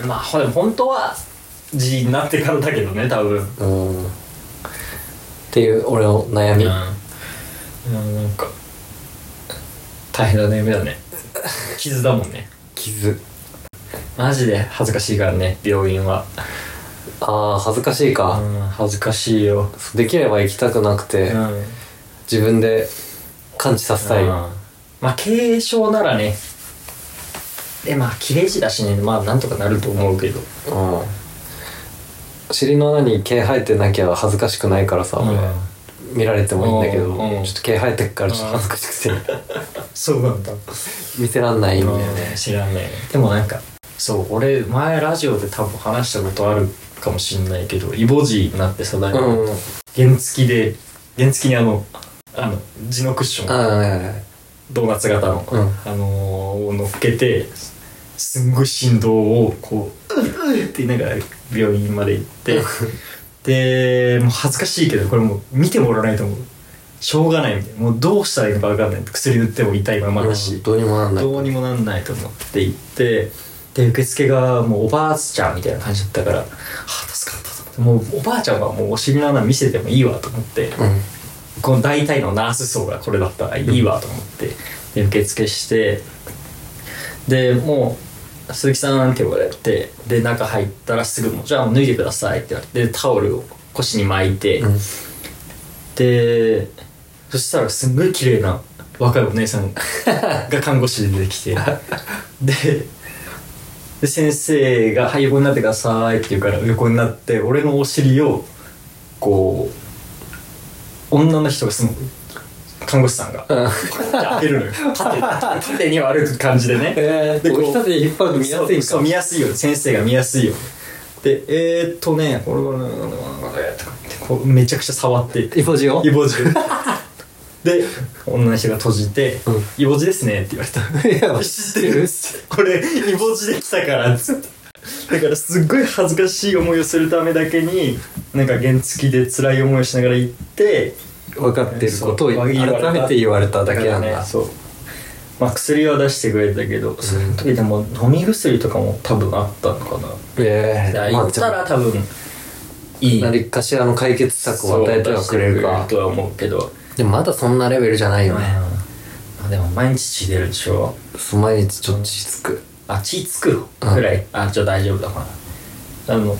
B: うんまあほでも本当は G になってからだけどね多分
A: 構うんっていう俺の悩み、
B: うん、なんか大変だね夢だね傷だもんね
A: 傷
B: マジで恥ずかしいからね病院は
A: ああ恥ずかしいか、
B: うん恥ずかしいよ
A: できれば行きたくなくて、
B: うん
A: 自分で感知させたい、
B: うんまあ軽症ならねでまあ綺麗字だしねまあなんとかなると思うけど
A: うん尻の穴に毛生えてなきゃ恥ずかしくないからさ、
B: うん
A: 見られてもいいんだけど、
B: うん
A: ちょっと毛生えてっからちょっと恥ずかしくて
B: そうなんだ
A: 見せらんないんだよね
B: ね知らんねでもなんかそう俺前ラジオで多分話したことあるかもしんないけどイボジになってさだいぶ
A: うん、
B: 原付きで原付きにあのあの地のクッション
A: ああはいはい
B: ドーナツ型の、
A: うん
B: あのーを乗っけてすんごい振動をこう「うっうっ」って言いながら病院まで行ってでもう恥ずかしいけどこれもう見てもらわないと思うしょうがないみたいなもうどうしたらいいのか分かんない薬塗っても痛いままだし、
A: どうにもなんない
B: どうにもなんないと思って行ってで受付がもうおばあちゃんみたいな感じだったから、はあ、助かったと思ってもうおばあちゃんはもうお尻の穴見せてもいいわと思って、
A: うん
B: この大体のナース層がこれだったらいいわと思ってで受付してでもう「鈴木さん」って言われてで中入ったらすぐもう「じゃあもう脱いでください」って言われてでタオルを腰に巻いて、
A: うん
B: でそしたらすんごい綺麗な若いお姉さんが看護師で出てきてでで先生が「はい横になってください」って言うから横になって俺のお尻をこう女の人がすごい看護師さんが
A: うん
B: パッて開けるのよ縦縦に歩く感じでね
A: えー、
B: でこう
A: こう人で引っ張ると見やすいんか
B: そうそう見やすいよ先生が見やすいよでえー、っとねこれこれこれこれとかってこうめちゃくちゃ触って
A: イボジオ
B: イボ汁で女の人が閉じて「
A: うん
B: イボ汁ですね」って言われた
A: いや
B: 知ってる?」これイボ汁で来たから」っつってだからすっごい恥ずかしい思いをするためだけになんか原付で辛い思いをしながら行って
A: 分かってることを
B: そう
A: 改めて言われただけなん
B: から
A: だ
B: ねそうまあ薬は出してくれたけど、その時でも飲み薬とかも多分あったのか
A: ええ
B: な
A: ー、
B: 行
A: まあ
B: った
A: じゃ
B: ら
A: あ
B: 多分いい
A: 何かしらの解決策を与えてはくれる
B: そう出
A: か
B: してとは思うけど
A: でもまだそんなレベルじゃないよね、
B: まあでも毎日血出るでしょ
A: そう毎日ちょっとしつく
B: あ血つくぐらい、あじゃあ大丈夫だかなあの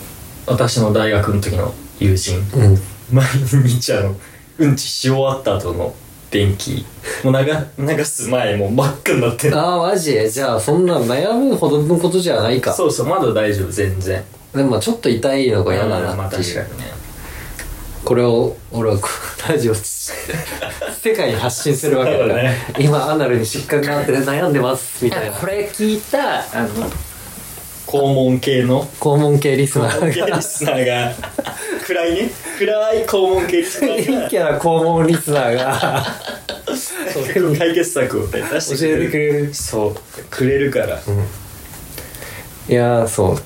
B: 私の大学の時の友人
A: うん
B: 毎日あのうんちし終わった後の便器もう流流す前もう真っ赤になってる
A: ああマジでじゃあそんな悩むほどのことじゃないか
B: そうそうまだ大丈夫全然
A: でもまあちょっと痛いのが嫌だ
B: うんま
A: な
B: あ
A: って
B: 確
A: い
B: か
A: う
B: にね
A: これを俺はこうラジオで世界に発信するわけだから、
B: そうだね
A: 今アナルに疾患があって悩んでますみたいな
B: これ聞いたあの肛門系の
A: 肛門系リスナーが
B: リスナーが暗いね暗い肛門系リスナ
A: い
B: ーが
A: いキャラ肛門リスナーが
B: 解決策をね出して
A: 教えてくれる
B: そうくれるから、
A: いやーそ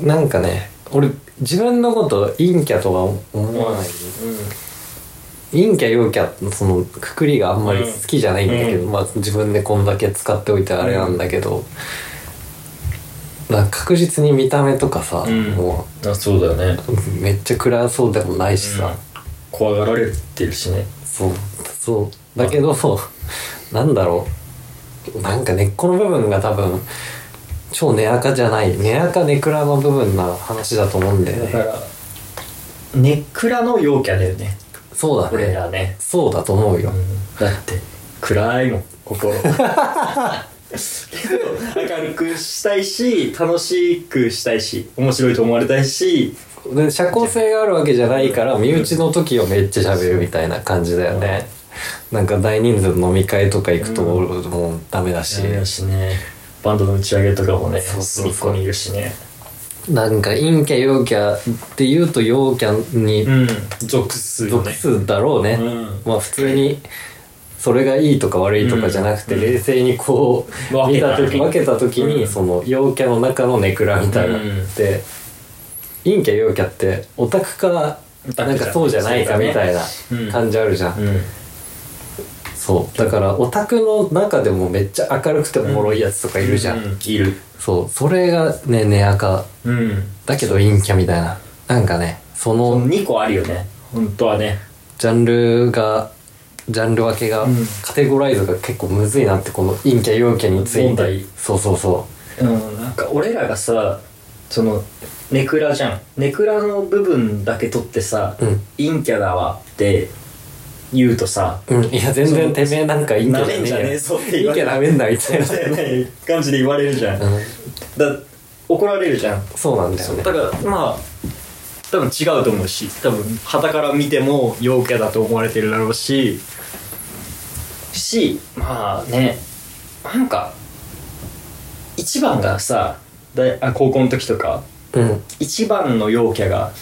A: うなんかね俺自分のこと陰キャとは思わない、陰キャ陽キャのそのくくりがあんまり好きじゃないんだけど、
B: う
A: まあ自分でこんだけ使っておいてあれなんだけど、なんか確実に見た目とかさ、
B: うん
A: も
B: あそうだよね
A: うめっちゃ暗そうでもないしさ、
B: 怖がられてるしね
A: そうそうだけど なんだろうなんか根っこの部分が多分超根垢じゃない根垢根暗の部分な話だと思うんだよ
B: だか
A: ね
B: ら根っ暗の陽キャだよね
A: そうだ
B: 俺
A: ね
B: らね、
A: そうだと思うよ、
B: だって暗いもん心けど明るくしたいし楽しくしたいし面白いと思われたいし
A: で社交性があるわけじゃないから身内の時をめっちゃ喋るみたいな感じだよねなんか大人数の飲み会とか行くともうダメだし、
B: 知らないしねバンドの打ち上げとかもね
A: そうそう
B: 隅
A: そう
B: っこにいるしね
A: なんか陰キャ陽キャって言うと陽キャに
B: うん属すよ
A: 属
B: ね
A: するだろうね、
B: うん
A: まあ普通にそれがいいとか悪いとかじゃなくて、
B: うん
A: 冷静にこう、
B: 分
A: 見
B: け
A: た
B: た
A: 時分けた時に、
B: うん
A: その陽キャの中のネクラみたいなのって、陰キャ陽キャってオタクか
B: オタ
A: なん
B: クじゃん
A: かそうじゃないかみたいな
B: うん
A: 感じあるじゃん、
B: うん
A: そうだからオタクの中でもめっちゃ明るくておもろいやつとかいるじゃん、
B: ういる
A: そうそれがねネアカ
B: うん
A: だけど陰キャみたいななんかねそ
B: こ
A: の
B: の2個あるよね本当はね
A: ジャンルがジャンル分けが、
B: うん
A: カテゴライズが結構むずいなってこの陰キャ陽キャについ
B: 問
A: て
B: 題
A: そうそうそ
B: うんなんか俺らがさそのネクラじゃんネクラの部分だけ取ってさ、
A: うん
B: 陰キャだわって言うとさ
A: ううんいや全
B: そ
A: 然
B: う
A: てめえなんか陰キ
B: なめん
A: ャ
B: じ
A: じ
B: ゃ
A: ゃ
B: ね
A: ね
B: え
A: え
B: ぞって言
A: 陰
B: わ
A: キャ
B: れる
A: なめんなみたい な、
B: 感じで言われるじゃんだ
A: うん、
B: 怒られるじゃん
A: そうなんだよね
B: だからまあ多分違うと思うし多分傍から見ても陽キャだと思われてるだろうししまあねなんか一番がさ大あ高校の時とか
A: うん
B: 一番の陽キャが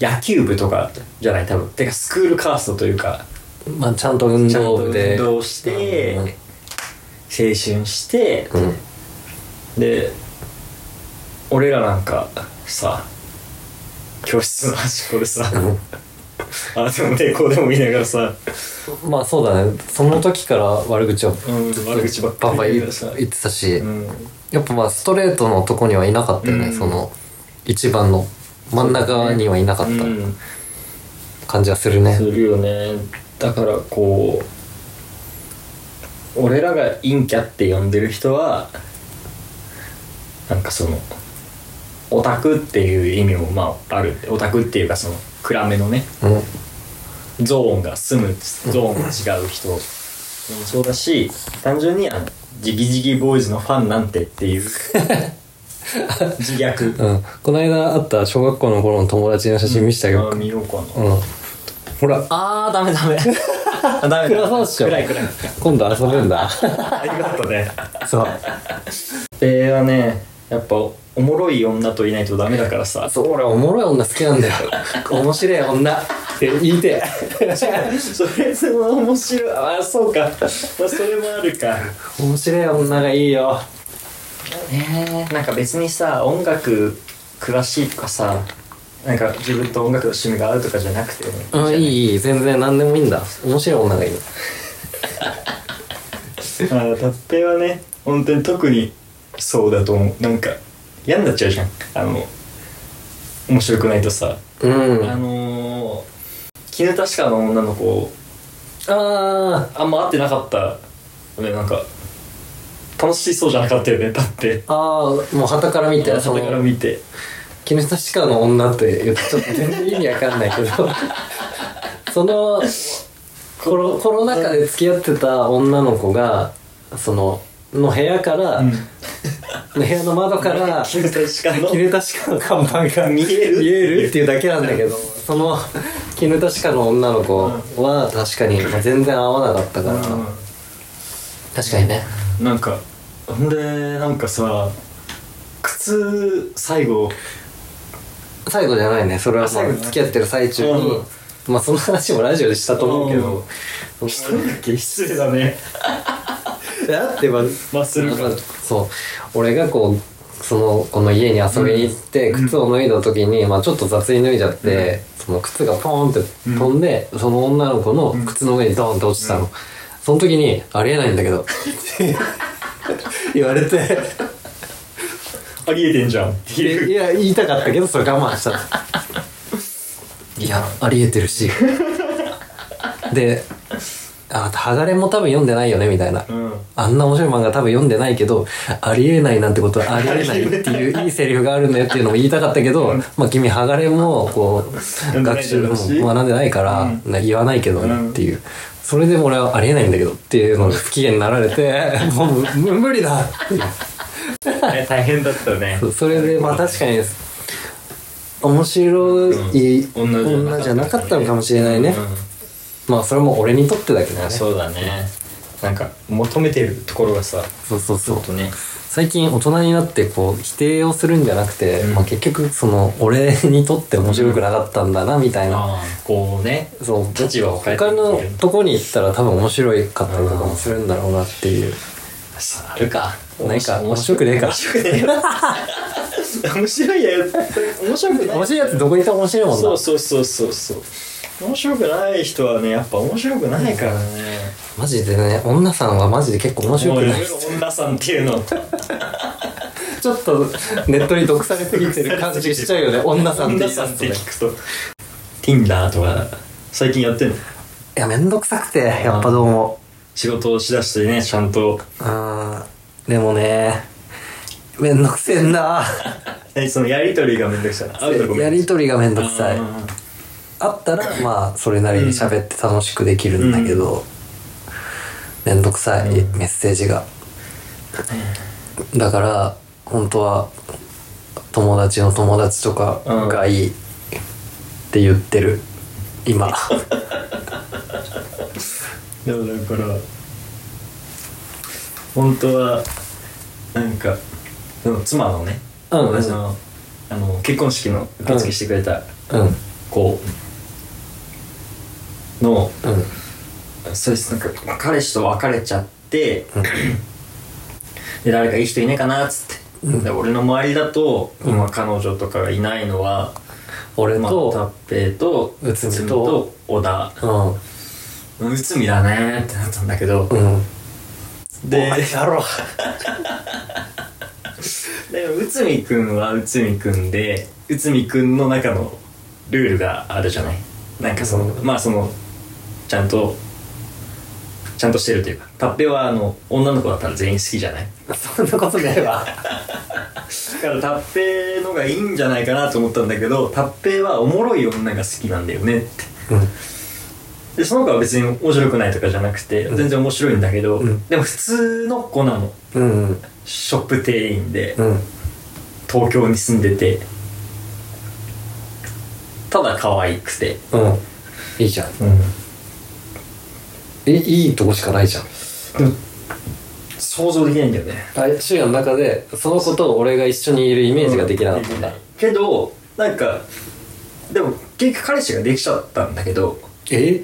B: 野球部とかじゃない多分てかスクールカーストというか
A: まあちゃんと運
B: ちゃんと
A: 動部で
B: 運動して、
A: うん
B: 青春して、
A: うんうん
B: で俺らなんかさ教室の端っこでさあでも抵抗でも見ながらさ、
A: まあそうだねその時から悪口を
B: うん、悪口ばっか
A: バンバン
B: り
A: 言
B: 言うさ、
A: 言ってたし、
B: うん、
A: やっぱまあストレートのとこにはいなかったよね、
B: うん
A: その一番の真ん中にはいなかっ
B: うん
A: た感じがするね
B: するよねだからこう俺らが陰キャって呼んでる人はなんかそのオタクっていう意味もまああるオタクっていうかその暗めのね
A: うん
B: ゾーンが住むゾーンが違う人もそうだし単純にあのジギジギボーイズのファンなんてって いう自虐
A: うん、この間あった小学校の頃の友達の写真見せてあげよう
B: あ
A: か、
B: 見ようか
A: う
B: なん
A: ほらあーダメダ メ
B: あダメだ
A: 暗そうっしょ
B: 暗い暗い
A: 今度遊ぶんだ
B: ありがとうね
A: そう
B: 俺はねやっぱおもろい女といないとダメだからさ
A: そう俺おもろい女好きなんだよ面白い女って言いてえ
B: それその面白いあそうか、まあ、それもあるか
A: 面白い女がいいよ
B: ねえなんか別にさ音楽詳しいとかさなんか自分と音楽の趣味が合うとかじゃなくても
A: うんいいいい全然何でもいいんだ面白い女がいい
B: ああ、タッペイはね、本当に特にそうだと思う。なんか、嫌になっちゃうじゃん。あの、面白くないとさ。
A: うん
B: あ
A: あ
B: のー、絹確かの女の子、
A: あ
B: あんま会ってなかった。ね、なんか、楽しそうじゃなかったよね、だって。
A: あーもう旗から見てそ
B: 外から
A: の
B: 見て。
A: 「絹田鹿の女」って言うとちょっと全然意味わかんないけど そのコロコロナ禍で付き合ってた女の子がそのの部屋から、
B: うん。
A: 部屋の窓から
B: 絹確かの。
A: 絹田鹿の看板が
B: 見える
A: 見えるっていうだけなんだけど その絹田鹿の女の子は確かにまあ全然合わなかったから、確かにね
B: うんなんか、ほんで、なんかさ、靴、最後、
A: 最後じゃないねそれはも
B: あ最
A: う
B: 後ね
A: 付き合ってる最中に、
B: うん
A: まあその話もラジオでしたと思うけど、その
B: だっけ失礼だね。
A: だってば
B: まあするか
A: そう俺がこうそのこの家に遊びに行って、靴を脱いだ時に、まあ、ちょっと雑に脱いじゃって、その靴がポーンって飛んで、その女の子の靴の上にドーンって落ちたの、その時に「ありえないんだけど」って言われて
B: ありえてんじゃんっていう。
A: いや言いたかったけどそれ我慢したのいやありえてるしで「あ剥がれも多分読んでないよね」みたいな、
B: うん
A: あんな面白い漫画多分読んでないけどありえないなんてことはありえないっていういいセリフがあるんだよっていうのも言いたかったけど、まあ君剥がれもこう
B: んでな
A: 学
B: いだ
A: 習
B: ろう
A: も
B: し
A: 学んでないから、な言わないけどねっていう。それでも俺はありえないんだけどっていうのを不機嫌になられて、もうむ無理だっていう
B: 大変だったね
A: そうそれでまあ確かに面白い
B: うん
A: 女じゃなかったのかもしれないね、
B: う
A: まあそれも俺にとってだけどね
B: んそうだねなんか求めてるところがさ
A: そうそう
B: ち
A: そ
B: ょ
A: う
B: っとね
A: 最近大人になってこう否定をするんじゃなくて、
B: うん
A: まあ、結局その俺にとって面白くなかったんだなみたいな、
B: ああこうね
A: そう
B: 立場を変えて
A: 他のとこに行ったら多分面白かったりとかもするんだろうなっていう
B: さあるか
A: なんか面白くねえか
B: 面白くねえよ面白いやよ面白くない
A: 面白いやつどこにいても面白いもんな
B: そうそうそうそうそう面白くない人はねやっぱ面白くないからね
A: マジでね女さんはマジで結構面白
B: もう
A: く
B: い
A: な
B: ろ
A: い
B: いろ女さんっていうの
A: ちょっとネットに毒されすぎてる感じしちゃうよね女さんって言
B: 女
A: い出
B: さんっ
A: すと
B: て
A: ね
B: 聞くと Tinder とか最近やってんの
A: いやめんどくさくてやっぱどうも
B: 仕事をしだしてねちゃんと
A: あーでもねめんどくせえんだ
B: えそのやりとりがめんどくさいな会うとこめんどくさい
A: やりとりがめんどくさい
B: あ
A: あったらまあそれなりに喋って楽しくできるんだけど、めんどくさい
B: うん
A: メッセージが、だから本当は友達の友達とかがいいって言ってる 今
B: ーでもだから本当はなんかでも妻のね
A: うんうん
B: 私のあの結婚式の受付してくれた
A: うんうん
B: 子のそうですなんか彼氏と別れちゃって
A: うん
B: で誰かいい人いねえかなっつって、で俺の周りだと、
A: うん
B: 今彼女とかがいないのは、
A: 俺
B: まあ、
A: と、
B: タッペイと
A: うつみと
B: うと小田うんうつみだねってなったんだけど
A: う、んうん
B: で
A: おいやろう
B: でもうつみくんはうつみくんでうつみくんの中のルールがあるじゃないなんかその、
A: うん
B: まあそのちゃんとちゃんとしてるというかタッペイはあの女の子だったら全員好きじゃない
A: そんなことねえわ
B: だからタッペイのがいいんじゃないかなと思ったんだけどタッペイはおもろい女が好きなんだよねってでその子は別に面白くないとかじゃなくて
A: ん
B: 全然面白いんだけど、
A: うん
B: でも普通の子なの
A: うんうん
B: ショップ店員で
A: うん
B: 東京に住んでてただ可愛くて、
A: うんいいじゃんえいいとこしかないじゃん
B: でも想像できないんだよね
A: あ深夜の中でその子と俺が一緒にいるイメージができなかったんだ、
B: けどなんかでも結局彼氏ができちゃったんだけど
A: え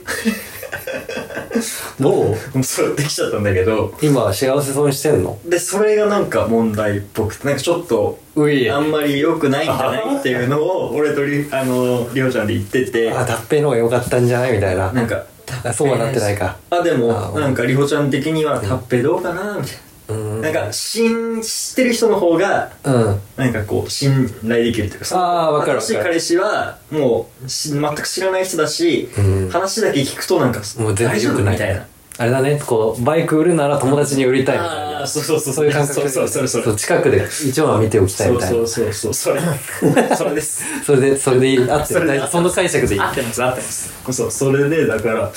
A: もう
B: もうそれできちゃったんだけど
A: 今幸せそうにしてんの
B: でそれがなんか問題っぽくてなんかちょっと
A: うい
B: あ
A: あ
B: んまり良くないんじゃないっていうのを俺とりあのりょうちゃんで言ってて
A: 脱平の方が良かったんじゃないみたいな
B: なんか
A: あそうはなってないか
B: あでも
A: あ
B: なんかりほちゃん的には「タッペどうかな?」みたい
A: うん
B: ななんか信知ってる人の方が
A: うん
B: なんかこう信頼できるというかその
A: あーわかるわかる
B: 新しい彼氏はもうし全く知らない人だし、
A: うん
B: 話だけ聞くとなんか
A: もう全然
B: 大丈
A: 良
B: 夫
A: くない
B: みたいな
A: あれだねこうバイク売るなら友達に売りたいみたい
B: あー
A: な
B: そうそうそう
A: そういう感覚
B: そう
A: で
B: そうそうそう
A: そう近くで一番は見ておきたい
B: そ
A: み
B: う
A: たいな
B: そうそうそうそれ それです
A: それでそれでいいあって
B: それで
A: 大丈夫その解釈でいい
B: 合ってます合ってますそうそれでだから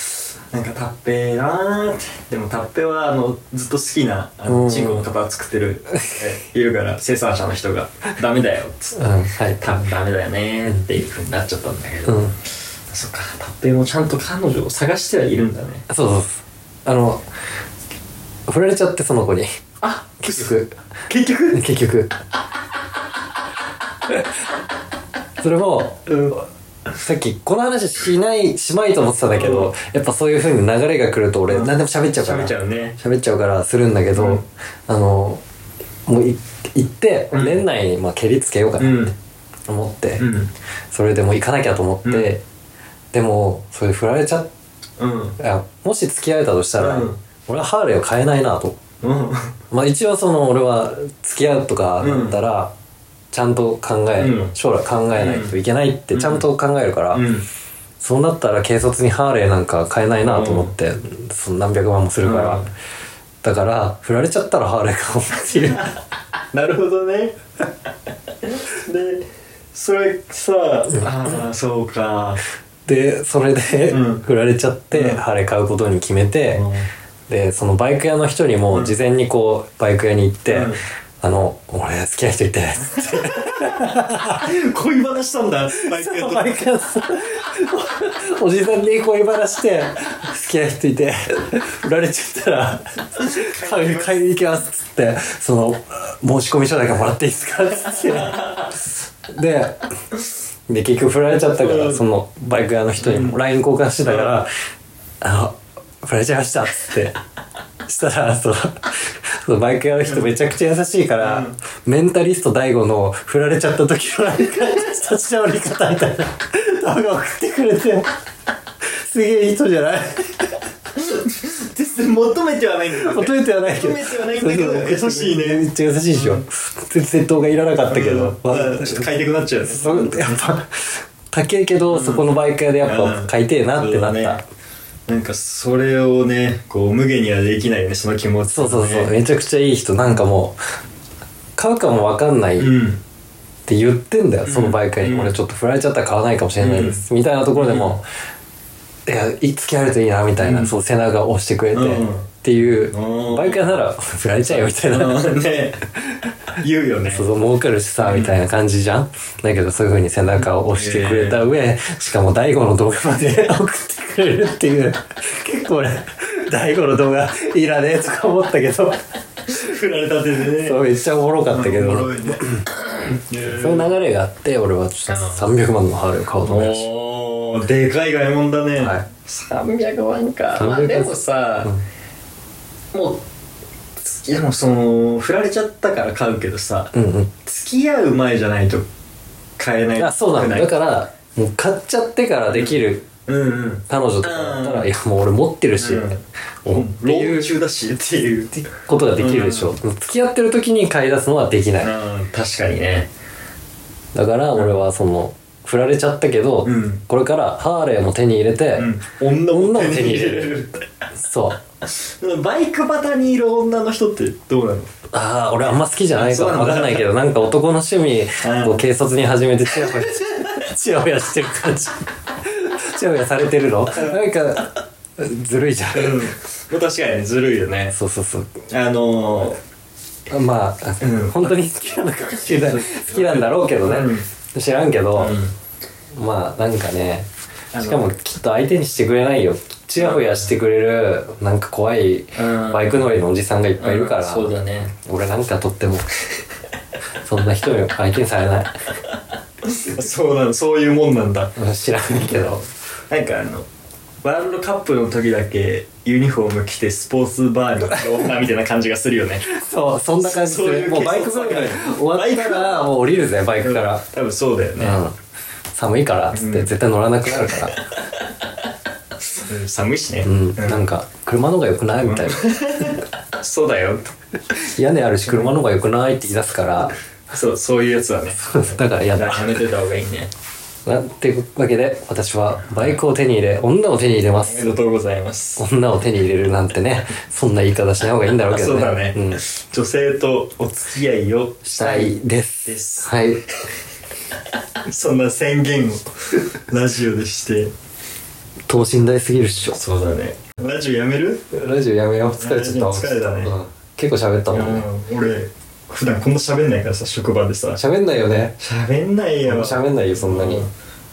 B: なんかタッペーなーってでもタッペーはあのずっと好きなあ
A: う
B: の
A: ん
B: チンコの方作ってるえいるから生産者の人が「ダメだよ」っつっ
A: うん
B: て
A: はい
B: 「多分ダメだよね」っていうふうになっちゃったんだけ
A: う
B: ど、
A: ん
B: そっかタッペーもちゃんと彼女を探してはいるんだね
A: そうそうそうあの振られちゃってその子に
B: あ
A: 結 局
B: 結局
A: 結局それも
B: うん
A: さっきこの話しないしまいと思ってたんだけど、やっぱそういう風に流れが来ると俺何でも喋っちゃうから
B: 喋っちゃうね
A: 喋っちゃうからするんだけど、
B: うん
A: あのもうい行って
B: うん
A: 年内にまあ蹴りつけようか
B: う
A: なんって思って、
B: うん
A: それでもう行かなきゃと思って、
B: うん
A: でもそれ振られちゃっ
B: うん
A: あもし付き合えたとしたら、
B: うん
A: 俺はハーレーを買えないなと。
B: うん
A: まあ一応その俺は付き合うとかだったら、ちゃんと考え、
B: うん
A: 将来考えないといけないってちゃんと考えるから、
B: うん
A: そうなったら軽率にハーレーなんか買えないなと思って、その何百万もするから、
B: うん
A: だから振られちゃったらハーレー買おうっていう
B: なるほど ねでそれさああそうか
A: でそれで、
B: うん
A: 振られちゃって、
B: うん
A: ハーレー買うことに決めて、
B: うん
A: でそのバイク屋の人にも事前にこうバイク屋に行って、
B: うん
A: あの、俺好きな人いて、つって
B: 恋話したんだ毎回
A: 毎回さお じさんに恋話して好きな人いて売られちゃったら買い買いに行きますっつってその申し込み書だけもらっていいですかっつってでで結局振られちゃったか
B: う
A: ら
B: ん
A: そのバイク屋の人にも LINE 交換してたから「あの振られちゃいました」っつ ってしたらそのそのバイク屋の人めちゃくちゃ優しいから、メンタリスト大悟の振られちゃった時のなんか立ち直り方みたいな動画送ってくれてすげえいい人じゃ ない
B: 求めてはないんだけど
A: 求めてはないけど
B: 求めてはないんだけど優しいね
A: めっちゃ優しいでしょ、戦闘がいらなかったけど、まあ
B: ちょっと買いたくなっちゃうね
A: そうやっぱ高いけど、そこのバイク屋でやっぱ買いてえなってなった、
B: うんそうだねなんかそれをねこう無限にはできないねその気持ち、ね、
A: そうそうそう、めちゃくちゃいい人なんかもう買うかも分かんない、
B: うん
A: って言ってんだよそのバイクに、
B: うん
A: 俺ちょっと振られちゃったら買わないかもしれないです、みたいなところでも、いやいつき合えるといいなみたいな、
B: うん
A: そう背中を押してくれて、
B: うん
A: っていう、
B: うん
A: バイク屋なら 振られちゃえよみたいな、
B: うんね言うよね
A: そうそう儲かるしさ、みたいな感じじゃんだけどそういう風に背中を押してくれた上、しかも大悟の動画まで 送ってくれるっていう結構俺大悟の動画いらねえとか思ったけど
B: 振られたてでね
A: そうめっちゃおもろかったけど、
B: おもろいね
A: そういう流れがあって俺はちょっと300万のハーレーを買おうと思いました
B: おーでかい買い物だね、
A: はい
B: 300万かまあ
A: 300
B: でもさ、もういやでもその振られちゃったから買うけどさ、
A: うんうん
B: 付き合う前じゃないと買えない
A: あそうなんだだ
B: よ
A: からもう買っちゃってからできる
B: うんうん
A: 彼女とかだったら、
B: うん
A: いやもう俺持ってるし、
B: うん
A: おっ
B: 老
A: ていう
B: 中だしっていう
A: ことができるでしょ、付き合ってる時に買い出すのはできない、
B: うん確かにね
A: だから俺はその振られちゃったけど、
B: うん
A: これからハーレーも手に入れて、
B: うん女
A: 女
B: も
A: を手
B: 手
A: に
B: に
A: 入
B: 入
A: れ
B: れ
A: る
B: る
A: そう
B: バイクバタにいる女の人ってどうなの
A: ああ俺あんま好きじゃないか
B: そうなんだ
A: わかんないけどなんか男の趣味
B: うん
A: を軽率に始めてチヤ ホヤしてチヤホヤしてる感じチヤホヤされてるのなんかずるいじゃん、
B: うん確かにずるいよね
A: そうそうそう
B: あのー
A: まあ、
B: うん
A: 本当に好きなのかもしれない好きなんだろうけどね、知らんけど、まあなんかね
B: あの
A: しかもきっと相手にしてくれないよちやほやしてくれるなんか怖い
B: うん
A: バイク乗りのおじさんがいっぱいいるから、
B: そうだね
A: 俺なんかとってもそんな人に相手にされない
B: そうなのそういうもんなんだ
A: うん知らないけど
B: なんかあのワールドカップの時だけユニフォーム着てスポーツバーに行く女みたいな感じがす るよね
A: そうそんな感じす
B: そうい
A: る
B: う
A: もう
B: 軽
A: バイク
B: 率
A: 乗
B: さ
A: り
B: が
A: 終わったらもう降りるぜバイクから、
B: 多分そうだよね、
A: うん寒いからっつって絶対乗らなくなるから
B: うん寒いしね、
A: うん、
B: うん
A: なんか車の方が良くないみたいな
B: そうだよ
A: 屋根あるし車の方が良くないって言い出すから
B: そうそういうやつはね
A: だから嫌だ
B: やめてた方がいいね
A: なんていうわけで私はバイクを手に入れ女を手に入れま
B: おめ
A: す
B: でとうございます
A: 女を手に入れるなんてねそんな言い方しない方がいいんだろうけど
B: そ
A: ね
B: うだね、
A: うん、
B: 女
A: し
B: 性とお付き合いをした
A: た
B: い
A: いです
B: です
A: はい
B: そんな 宣言をラジオでして
A: 等身大すぎるっしょ
B: そうだねラジオやめる、
A: ラジオやめよう疲れちゃった
B: 疲れたね
A: うん、結構喋ったもんね
B: うん俺普段こんな喋んないからさ職場でさ
A: 喋んないよね
B: 喋んないよ
A: 喋んないよそんなに
B: うん